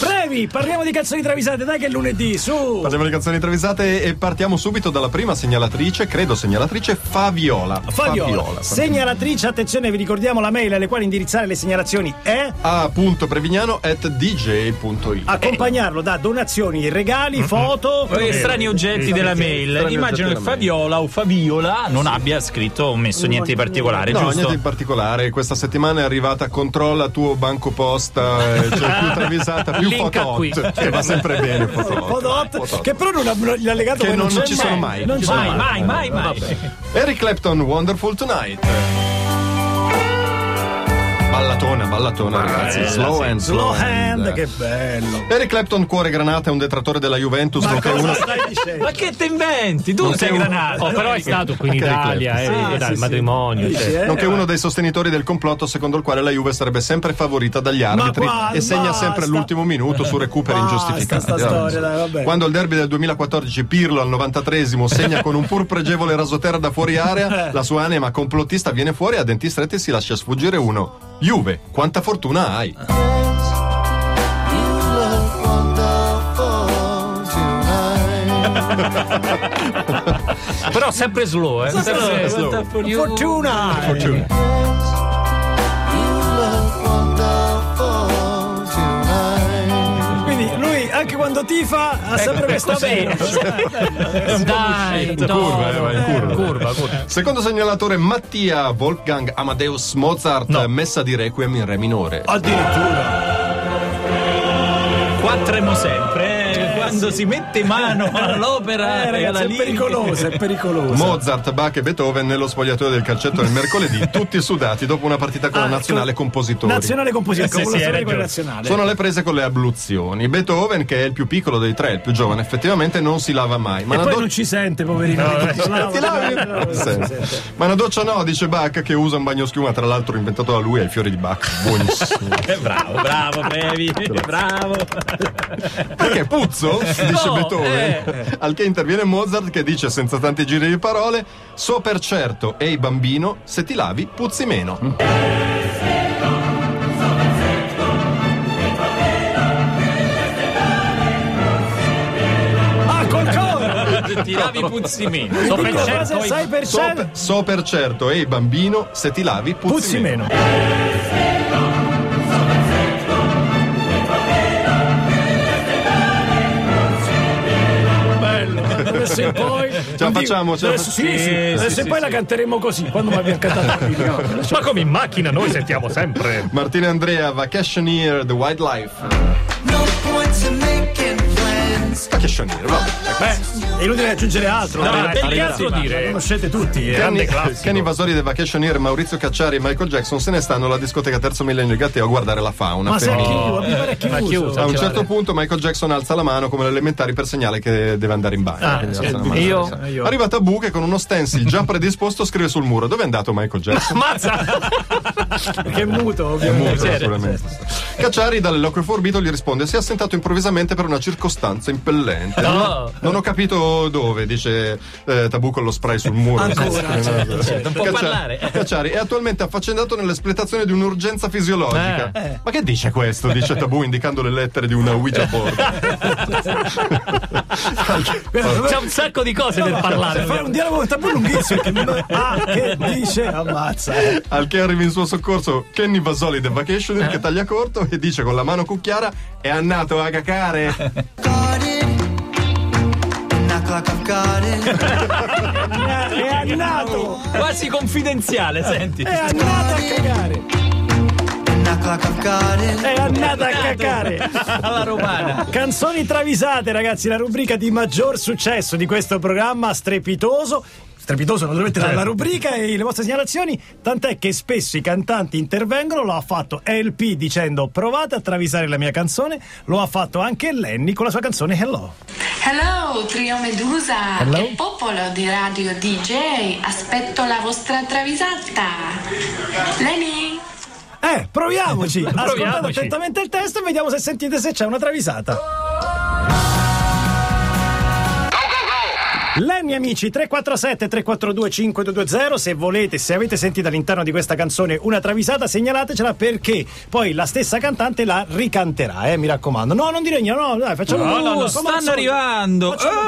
Trevi, parliamo di canzoni travisate, dai che è lunedì, su! Parliamo di canzoni travisate e partiamo subito dalla prima segnalatrice, credo segnalatrice, Faviola. Fabiola, segnalatrice, attenzione, vi ricordiamo la mail alle quali indirizzare le segnalazioni è a.prevignano.dj.it accompagnarlo da donazioni, regali, foto. Eh, strani oggetti della mail. strani Immagino oggetti della che mail. Fabiola o Fabiola non abbia scritto o messo niente di particolare, No, niente giusto? in particolare. Questa settimana è arrivata controlla tuo banco posta, eh, cioè più travisata, più Link a qui. fotot, che va sempre bene fotot. Fodot, Fotot. che però non ha l'allegato Che poi non- non c'è ci sono mai. Non Ci c'è sono mai. Mai, mai, mai. Eric Clapton, Wonderful Tonight. Ballatona, ballatona, ragazzi. slow hand, slow, Slow hand, che bello. Eric Clapton, cuore granata, è un detrattore della Juventus, nonché uno, Stai dicendo? Ma che te inventi? Tu Non sei sei un- granato. Oh, però è stato qui in Anche Italia, eh, Ah, eh, dal sì, sì. matrimonio. Dici, cioè. eh? nonché uno dei sostenitori del complotto secondo il quale la Juve sarebbe sempre favorita dagli arbitri qua- e segna basta. sempre all'ultimo minuto su recuperi Basta ingiustificati. sta Allora, storia, dai, vabbè. Quando al derby del 2014 Pirlo al 93esimo segna con un pur pregevole rasoterra da fuori Eh. area, la sua anima complottista viene fuori e a denti stretti si lascia sfuggire uno. Juve, quanta fortuna hai! Però sempre slow, eh. Sempre slow. slow. Fortuna! Quindi lui anche quando tifa ha sempre questo bene. Dai, In curva, eh, va in curva. curva, curva. Secondo segnalatore Mattia Wolfgang Amadeus Mozart, messa di requiem in re minore. Addirittura. Qua tremo sempre. eh. Quando si mette mano all'opera, Eh, e alla ragazzi, è lirica. pericoloso, è pericoloso. Mozart, Bach e Beethoven nello spogliatoio del calcetto del mercoledì, tutti sudati dopo una partita con la nazionale compositori. Ah, ecco. Nazionale compositore, Sì, sì, con la hai storia di ragione. quella nazionale. Sono alle prese con le abluzioni. Beethoven, che è il più piccolo dei tre, il più giovane, effettivamente non si lava mai. Ma E una poi doc- non ci sente, poverino. Non ci lava, Ti lavi? no, no, no, Non non sente. si sente. Ma una doccia no, dice Bach, che usa un bagno schiuma, tra l'altro inventato da lui, ai fiori di Bach. Buonissimo. Eh, bravo, bravo, brevi. Bravo. Perché puzzo? Dice No, Beethoven. eh. Al che interviene Mozart che dice senza tanti giri di parole: So per certo, ehi bambino, se ti lavi puzzi meno. Ah, col coro! Ti lavi puzzi meno. In Sto quella pensando frase ai- sai per So per, certo. so per certo, ehi bambino, se ti lavi puzzi, Puzzi meno. Bello. Adesso in poi. Ce la non dico- facciamo, ce la adesso- facciamo. Sì, sì. Sì, Adesso sì, in poi la canteremo così. Quando mi abbiamo cantato qui, no? Ma come in macchina noi sentiamo sempre. Martina Andrea, Vacationeer, The Wildlife. No point to making plans. Vacationeer, vabbè. Beh, è inutile aggiungere altro. No, Eh, è delicato ragazzi, dire. la conoscete tutti. eh. Grande Cani, classico. cani invasori del Vacationeer, Maurizio Cacciari e Michael Jackson se ne stanno alla discoteca Terzo Millennio Gatteo a guardare la fauna. Ma se è Fermi. chiuso, mi pare ma chiuso. chiuso. A un Cioè, certo vale. punto Michael Jackson alza la mano come l'elementare per segnale che deve andare in bagno. Quindi alza la mano. io- Alza. Arriva Tabù che con uno stencil già predisposto scrive sul muro. Dove è andato Michael Jackson? Mazza! Che è muto, ovviamente. Muro, naturalmente. Cacciari dall'eloquio forbito gli risponde si è assentato improvvisamente per una circostanza impellente. No. Non ho capito dove, dice eh, Tabù con lo spray sul muro. Ancora, non può parlare. Cacciari è attualmente affaccendato nell'espletazione di un'urgenza fisiologica. Ma che dice questo? Dice Tabù indicando le lettere di una Ouija board. C'è un sacco di cose per Se fai parlare. un dialogo tanto lunghissimo che non- ah, che dice ammazza. Al che arriva in suo soccorso Kenny Basoli The Eh? Vacationer che taglia corto e dice con la mano cucchiara è annato a cacare. Got it. Knock like I've got it. È andato, Quasi confidenziale, senti. è andato a cagare, Knock like I've got it. è andato a cagare. Alla romana. Canzoni travisate, ragazzi, la rubrica di maggior successo di questo programma strepitoso. Strepitoso, naturalmente, la- la rubrica e le vostre segnalazioni. Tant'è che spesso i cantanti intervengono. Lo ha fatto LP dicendo provate a travisare la mia canzone. Lo ha fatto anche Lenny con la sua canzone Hello. Hello, Trio Medusa e popolo di Radio DJ. Aspetto la vostra travisata. Leni? Eh, proviamoci. Ascoltate Proviamoci. attentamente il testo e vediamo se sentite se c'è una travisata. Go, go, go! Lenny amici 347 342 5220 se volete, se avete sentito all'interno di questa canzone una travisata segnalatecela perché poi la stessa cantante la ricanterà, eh, mi raccomando. No, non dire no, no, dai, facciamo No, un no, no, come al stanno solito. arrivando. Facciamo-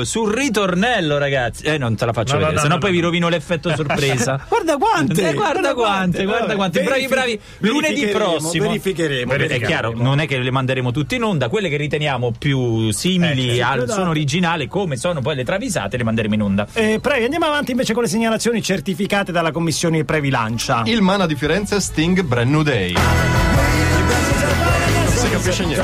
Eh, sul ritornello, ragazzi. Eh, non te la faccio No, no, vedere, no, sennò no, poi no. vi rovino l'effetto sorpresa. Guarda quante! Eh, guarda quante, guarda quante. Bravi, bravi. Lunedì verificheremo, prossimo. Verificheremo. È chiaro, non è che le manderemo tutte in onda, quelle che riteniamo più simili Eh, certo, al esatto. suono originale, come sono poi le travisate, le manderemo in onda. Eh, Previ, andiamo avanti invece con le segnalazioni certificate dalla commissione Previ Lancia. Il mana di Firenze Sting Brand New Day. si capisce niente.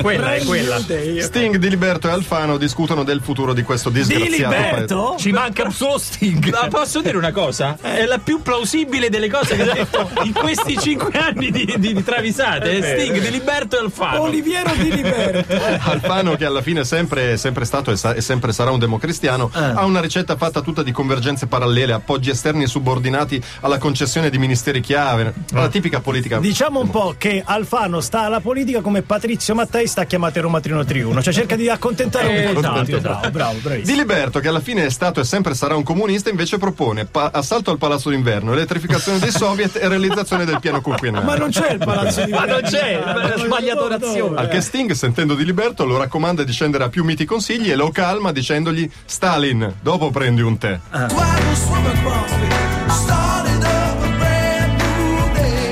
Quella è quella. Sting, Diliberto e Alfano discutono del futuro di questo disgraziato paese. Diliberto? Ci manca solo Sting. Oh, Ma posso dire una cosa? È la più plausibile delle cose che ho detto in questi cinque anni di, di- di travisate. Sting, Diliberto e Alfano. Oliviero Diliberto. Alfano, che alla fine è sempre, è sempre stato e, sa- e sempre sarà un democristiano, Eh. ha una ricetta fatta tutta di convergenze parallele, appoggi esterni subordinati alla concessione di ministeri chiave, alla tipica politica. Eh. Diciamo un po' che Alfano sta alla politica come Patrizio Mattei sta a chiamare Roma Trino Triuno, cioè cerca di accontentare Eh, un po' esatto, tutti. Bravo, esatto. bravo, bravissimo. Diliberto, che alla fine è stato e sempre sarà un comunista, invece propone pa- assalto al palazzo d'inverno, elettrificazione dei soviet e realizzazione del piano quinquennale. Ma non c'è il palazzo di Ma non c'è, Verona. ma ha sbagliato nazione. Al che Eh. Sting, sentendo Diliberto, lo raccomanda di scendere a più miti consigli e lo calma dicendogli: Stalin, dopo prendi un tè. Ah.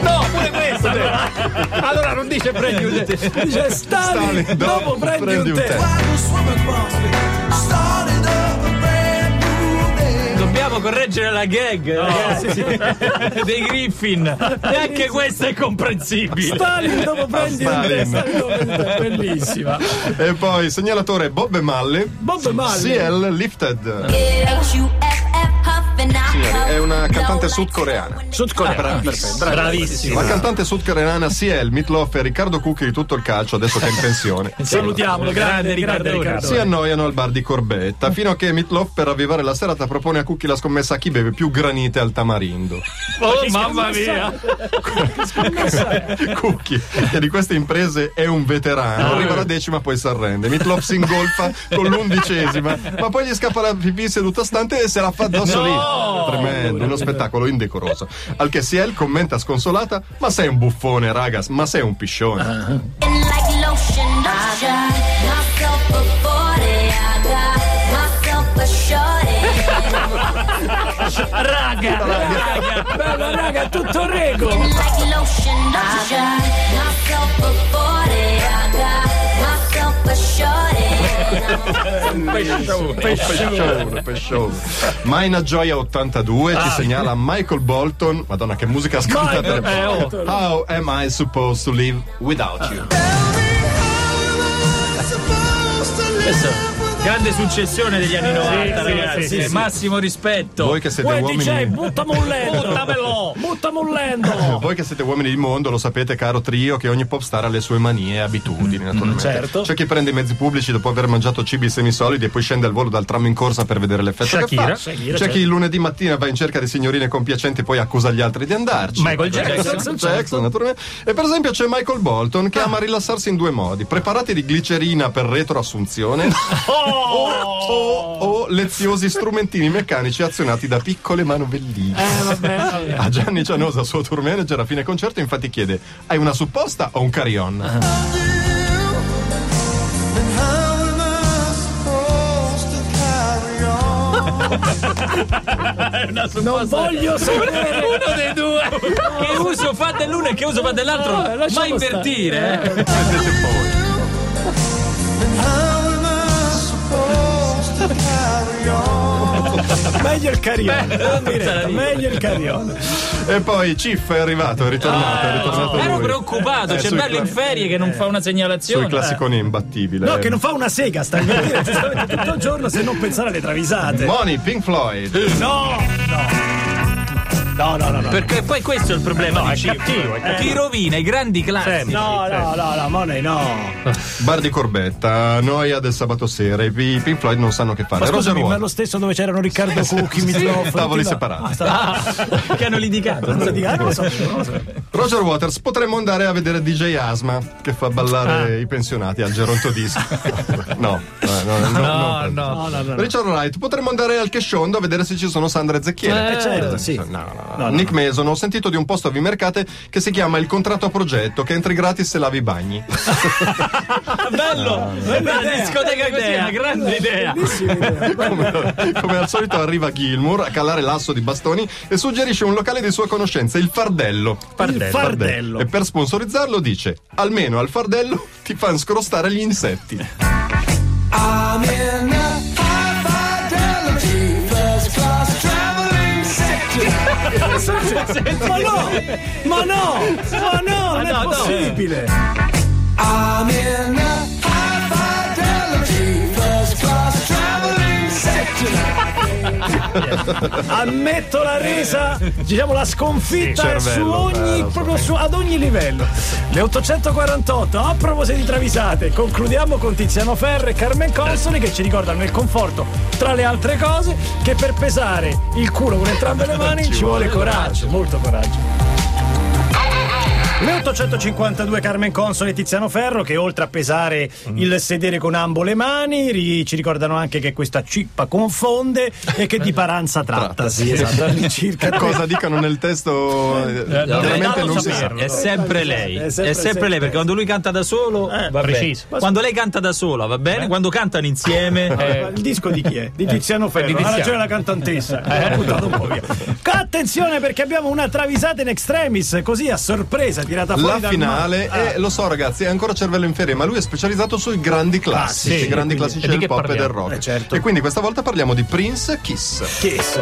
No, pure questo. Allora, allora non dice prendi un Dice Stalin, Stalin, dopo dopo prendi, un tè. Dobbiamo correggere la gag ragazzi, dei Griffin. E anche questo è comprensibile. Stalin dopo prendi un tè. Stalin. Stalin dopo prendi un tè. Bellissima. E poi segnalatore Bob e Malle. Bob Marley. CL Lifted. Signori, è una cantante sudcoreana. Sudcorea. Bravissimo. La cantante sudcoreana CL, Mitloff e Riccardo Cucchi di tutto il calcio, adesso che è in pensione. Salutiamolo, grande, grande Grande Riccardone. Riccardo. Si annoiano al bar di Corbetta, fino a che Mitloff per avvivare la serata propone a Cucchi la scommessa a chi beve più granite al tamarindo. Oh, mamma mia. Cucchi, che di queste imprese è un veterano, arriva alla decima poi si arrende. Mitloff si ingolfa con l'undicesima, ma poi gli scappa la pipì seduta stante e se la fa addosso lì. Tremendo, uno spettacolo indecoroso. Al che Siel commenta sconsolata: Ma sei un buffone, ragas, ma sei un piscione. Bella raga, tutto rego. Pescione, pescione. Maina Gioia 82 ci segnala Michael Bolton. Madonna, che musica ascoltate. How am I supposed to live without you? Questo è Grande successione degli anni 90, sì, ragazzi. sì, sì. Massimo rispetto. Voi che siete Uè uomini. DJ, buttami un lento. Buttamelo. Buttami un lento. Voi che siete uomini di mondo lo sapete, caro trio, che ogni popstar ha le sue manie e abitudini, naturalmente. certo. C'è chi prende i mezzi pubblici dopo aver mangiato cibi semisolidi e poi scende al volo dal tram in corsa per vedere l'effetto che Shakira. fa. C'è chi il lunedì mattina va in cerca di signorine compiacenti e poi accusa gli altri di andarci. Michael Jackson. Jackson, Jackson, naturalmente. E per esempio c'è Michael Bolton che ama rilassarsi in due modi: preparati di glicerina per retroassunzione o, o leziosi strumentini meccanici azionati da piccole manovelline. A Gianni Cianosa, suo tour manager, a fine concerto, infatti chiede: Hai una supposta o un Ah. carry-on? Non voglio sapere. Uno dei due. Che uso fa dell'uno e che uso fa dell'altro. No, lasciamo Ma invertire. eh. Meglio il carione. non diretta, Meglio il carione. E poi Ciff è arrivato, è ritornato. è ritornato Ah, Ero lui. preoccupato. Eh, C'è sui Bello in cla- ferie che non fa una Sui segnalazione. Eh, classiconi imbattibile. No, che non fa una sega, stai per dire. Ti stavate tutto il giorno se non pensare alle travisate. Money, Pink Floyd. No, no. No, no, no. no. Perché poi questo è il problema. No, di è Cipro. cattivo, è cattivo. Chi rovina i grandi classici. Sempre. No, no, no, no, Money, no. Bar di Corbetta, noia del sabato sera. I i Pink Floyd non sanno che fare. Ma Rosa scusami, ma è Ruota. lo stesso dove c'erano Riccardo Cucchi, Mizzoffi. Tavoli separati. Ah, sta- che hanno litigato. non so di- ah, non lo so, non lo so. Roger Waters, potremmo andare a vedere DJ Asma che fa Ah. ballare i pensionati al Geronto Disco. no, eh, no, no, no, No, no, no, no. Richard Wright, potremmo andare al Chesciondo a vedere se ci sono Sandra e Zecchiere. Eh, certo, sì. No, no, no. Nick Mason, ho sentito di un posto a Vimercate che si chiama il contratto a progetto, che entri gratis se lavi i bagni. bello! Bella idea. discoteca così è una grande idea. Bellissima idea. come, come al solito arriva Gilmour a calare l'asso di bastoni e suggerisce un locale di sua conoscenza, il Fardello. Fardello. Fardello. E per sponsorizzarlo dice, almeno al Fardello ti fanno scrostare gli insetti. I'm in the high fidelity first class traveling sector. Ma no! Ma no! Ma no! Non è no, no. possibile! I'm in the high fidelity first class traveling sector. Ammetto la resa, diciamo la sconfitta è su cervello, ogni, eh, lo so. proprio su- ad ogni livello. Le 848, a proposito di travisate, concludiamo con Tiziano Ferre e Carmen Consoli che ci ricordano nel conforto, tra le altre cose, che per pesare il culo con entrambe le mani ci, vuole coraggio, molto coraggio. Le 852 Carmen Console e Tiziano Ferro che oltre a pesare il sedere con ambo le mani ri- ci ricordano anche che questa cippa confonde e che di paranza trattasi. Esatto, all'incirca. Che cosa dicano nel testo eh, no, veramente eh, non si sa. saperlo. È sempre lei, è sempre, Eh, lei perché quando lui canta da solo va preciso. bene. Quando lei canta da sola va bene, quando cantano insieme Eh, Il disco di chi è? Di Tiziano Ferro, di ha Tiziano. Eh, ragione la cantantessa. Ha buttato un po' via. Attenzione perché abbiamo una travisata in extremis, così a sorpresa, tirata fuori La dal Ah. finale, mare. e lo so ragazzi, è ancora cervello in ferie, ma lui è specializzato sui grandi classici, Ah, sì, i grandi quindi- classici e di del che pop e parliamo? del rock. Eh, certo. E quindi questa volta parliamo di Prince Kiss. Ah, Kiss.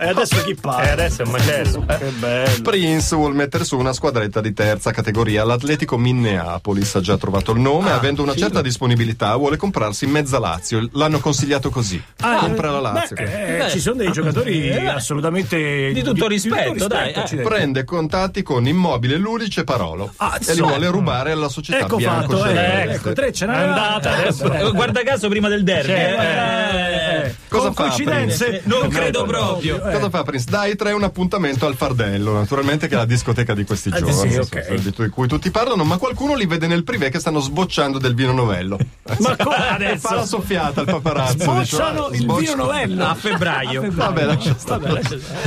E adesso chi E parla? Eh, adesso è un macello. eh. Che bello. Prince vuole mettere su una squadretta di terza categoria. L'Atletico Minneapolis ha già trovato il Ah, nome, avendo una certa disponibilità, vuole comprarsi mezza Lazio. L'hanno consigliato così. Compra la Lazio. Ah, Beh, eh, Beh. ci sono dei giocatori assolutamente Di tutto rispetto, dai, eh. accidenti. Prende contatti con Immobile, Ludic e Parolo e li vuole rubare alla società Ah, Ecco bianco fatto, eh, celeste. ecco, tre ce n'è eh, Andata adesso. Eh, guarda caso prima del derby. Cioè, eh. Cosa Con fa coincidenze, Prince? Non credo proprio. eh. Cosa fa Prince? Dai tre un appuntamento al Fardello, naturalmente che è la discoteca di questi giorni, Eh, sì, insomma, ok. di tu- di cui tutti parlano, ma qualcuno li vede nel privé che stanno sbocciando del vino novello. Ma come E fa la adesso? soffiata al paparazzo. Bocciano dice, il vino "Ah, sboccio". novello. A febbraio. Vabbè, lascia stare.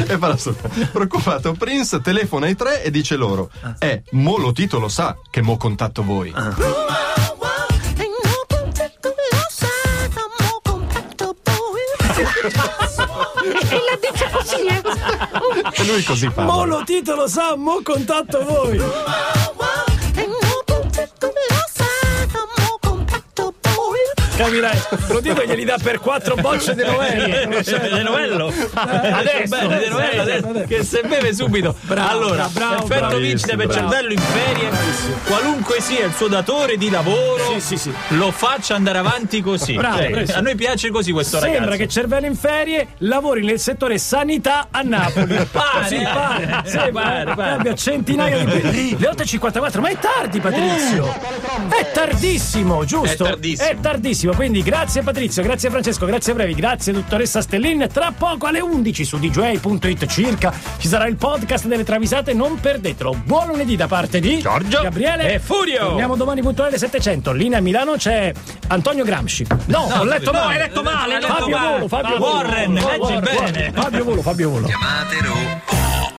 E fa la soffiata. Preoccupato, Prince telefona ai tre e dice loro: Eh, mo lo Tito lo sa che mo contatto voi. E la dice così, eh. E lui così fa. Mo lo titolo sa, mo contatto voi. Capirai, lo titolo glieli dà per quattro bocce di novello. De Novello adesso, adesso, De Novello, adesso, adesso. che se beve subito allora bravo, effetto bravissimo, vincita per bravo. cervello in ferie qualunque sia il suo datore di lavoro Sì, sì, sì. lo faccia andare avanti così Bravo, Cioè, preso. a noi piace così questo Sembra ragazzo che Cervello in ferie lavori nel settore sanità a Napoli. Pare, Sì, eh. pare, Eh, sembra, pare, pare. che abbia centinaia di periodi. Le 8.54, ma è tardi Patrizio. È tardissimo, giusto? Eh, È tardissimo. È tardissimo, quindi grazie Patrizio, grazie Francesco, grazie Brevi, grazie dottoressa Stellin. Tra poco alle 11 su dj.it circa ci sarà il podcast delle travisate, non perdetelo. Buon lunedì da parte di Giorgio Gabriele e Furio. Torniamo domani puntuale alle 700. Lì a Milano c'è Antonio Gramsci. No, ho letto no, male. hai letto male, hai letto Fabio male. Volo, Fabio Volo. Warren, Volo, leggi Warren, bene. Fabio Volo, Fabio Volo. Chiamate Ru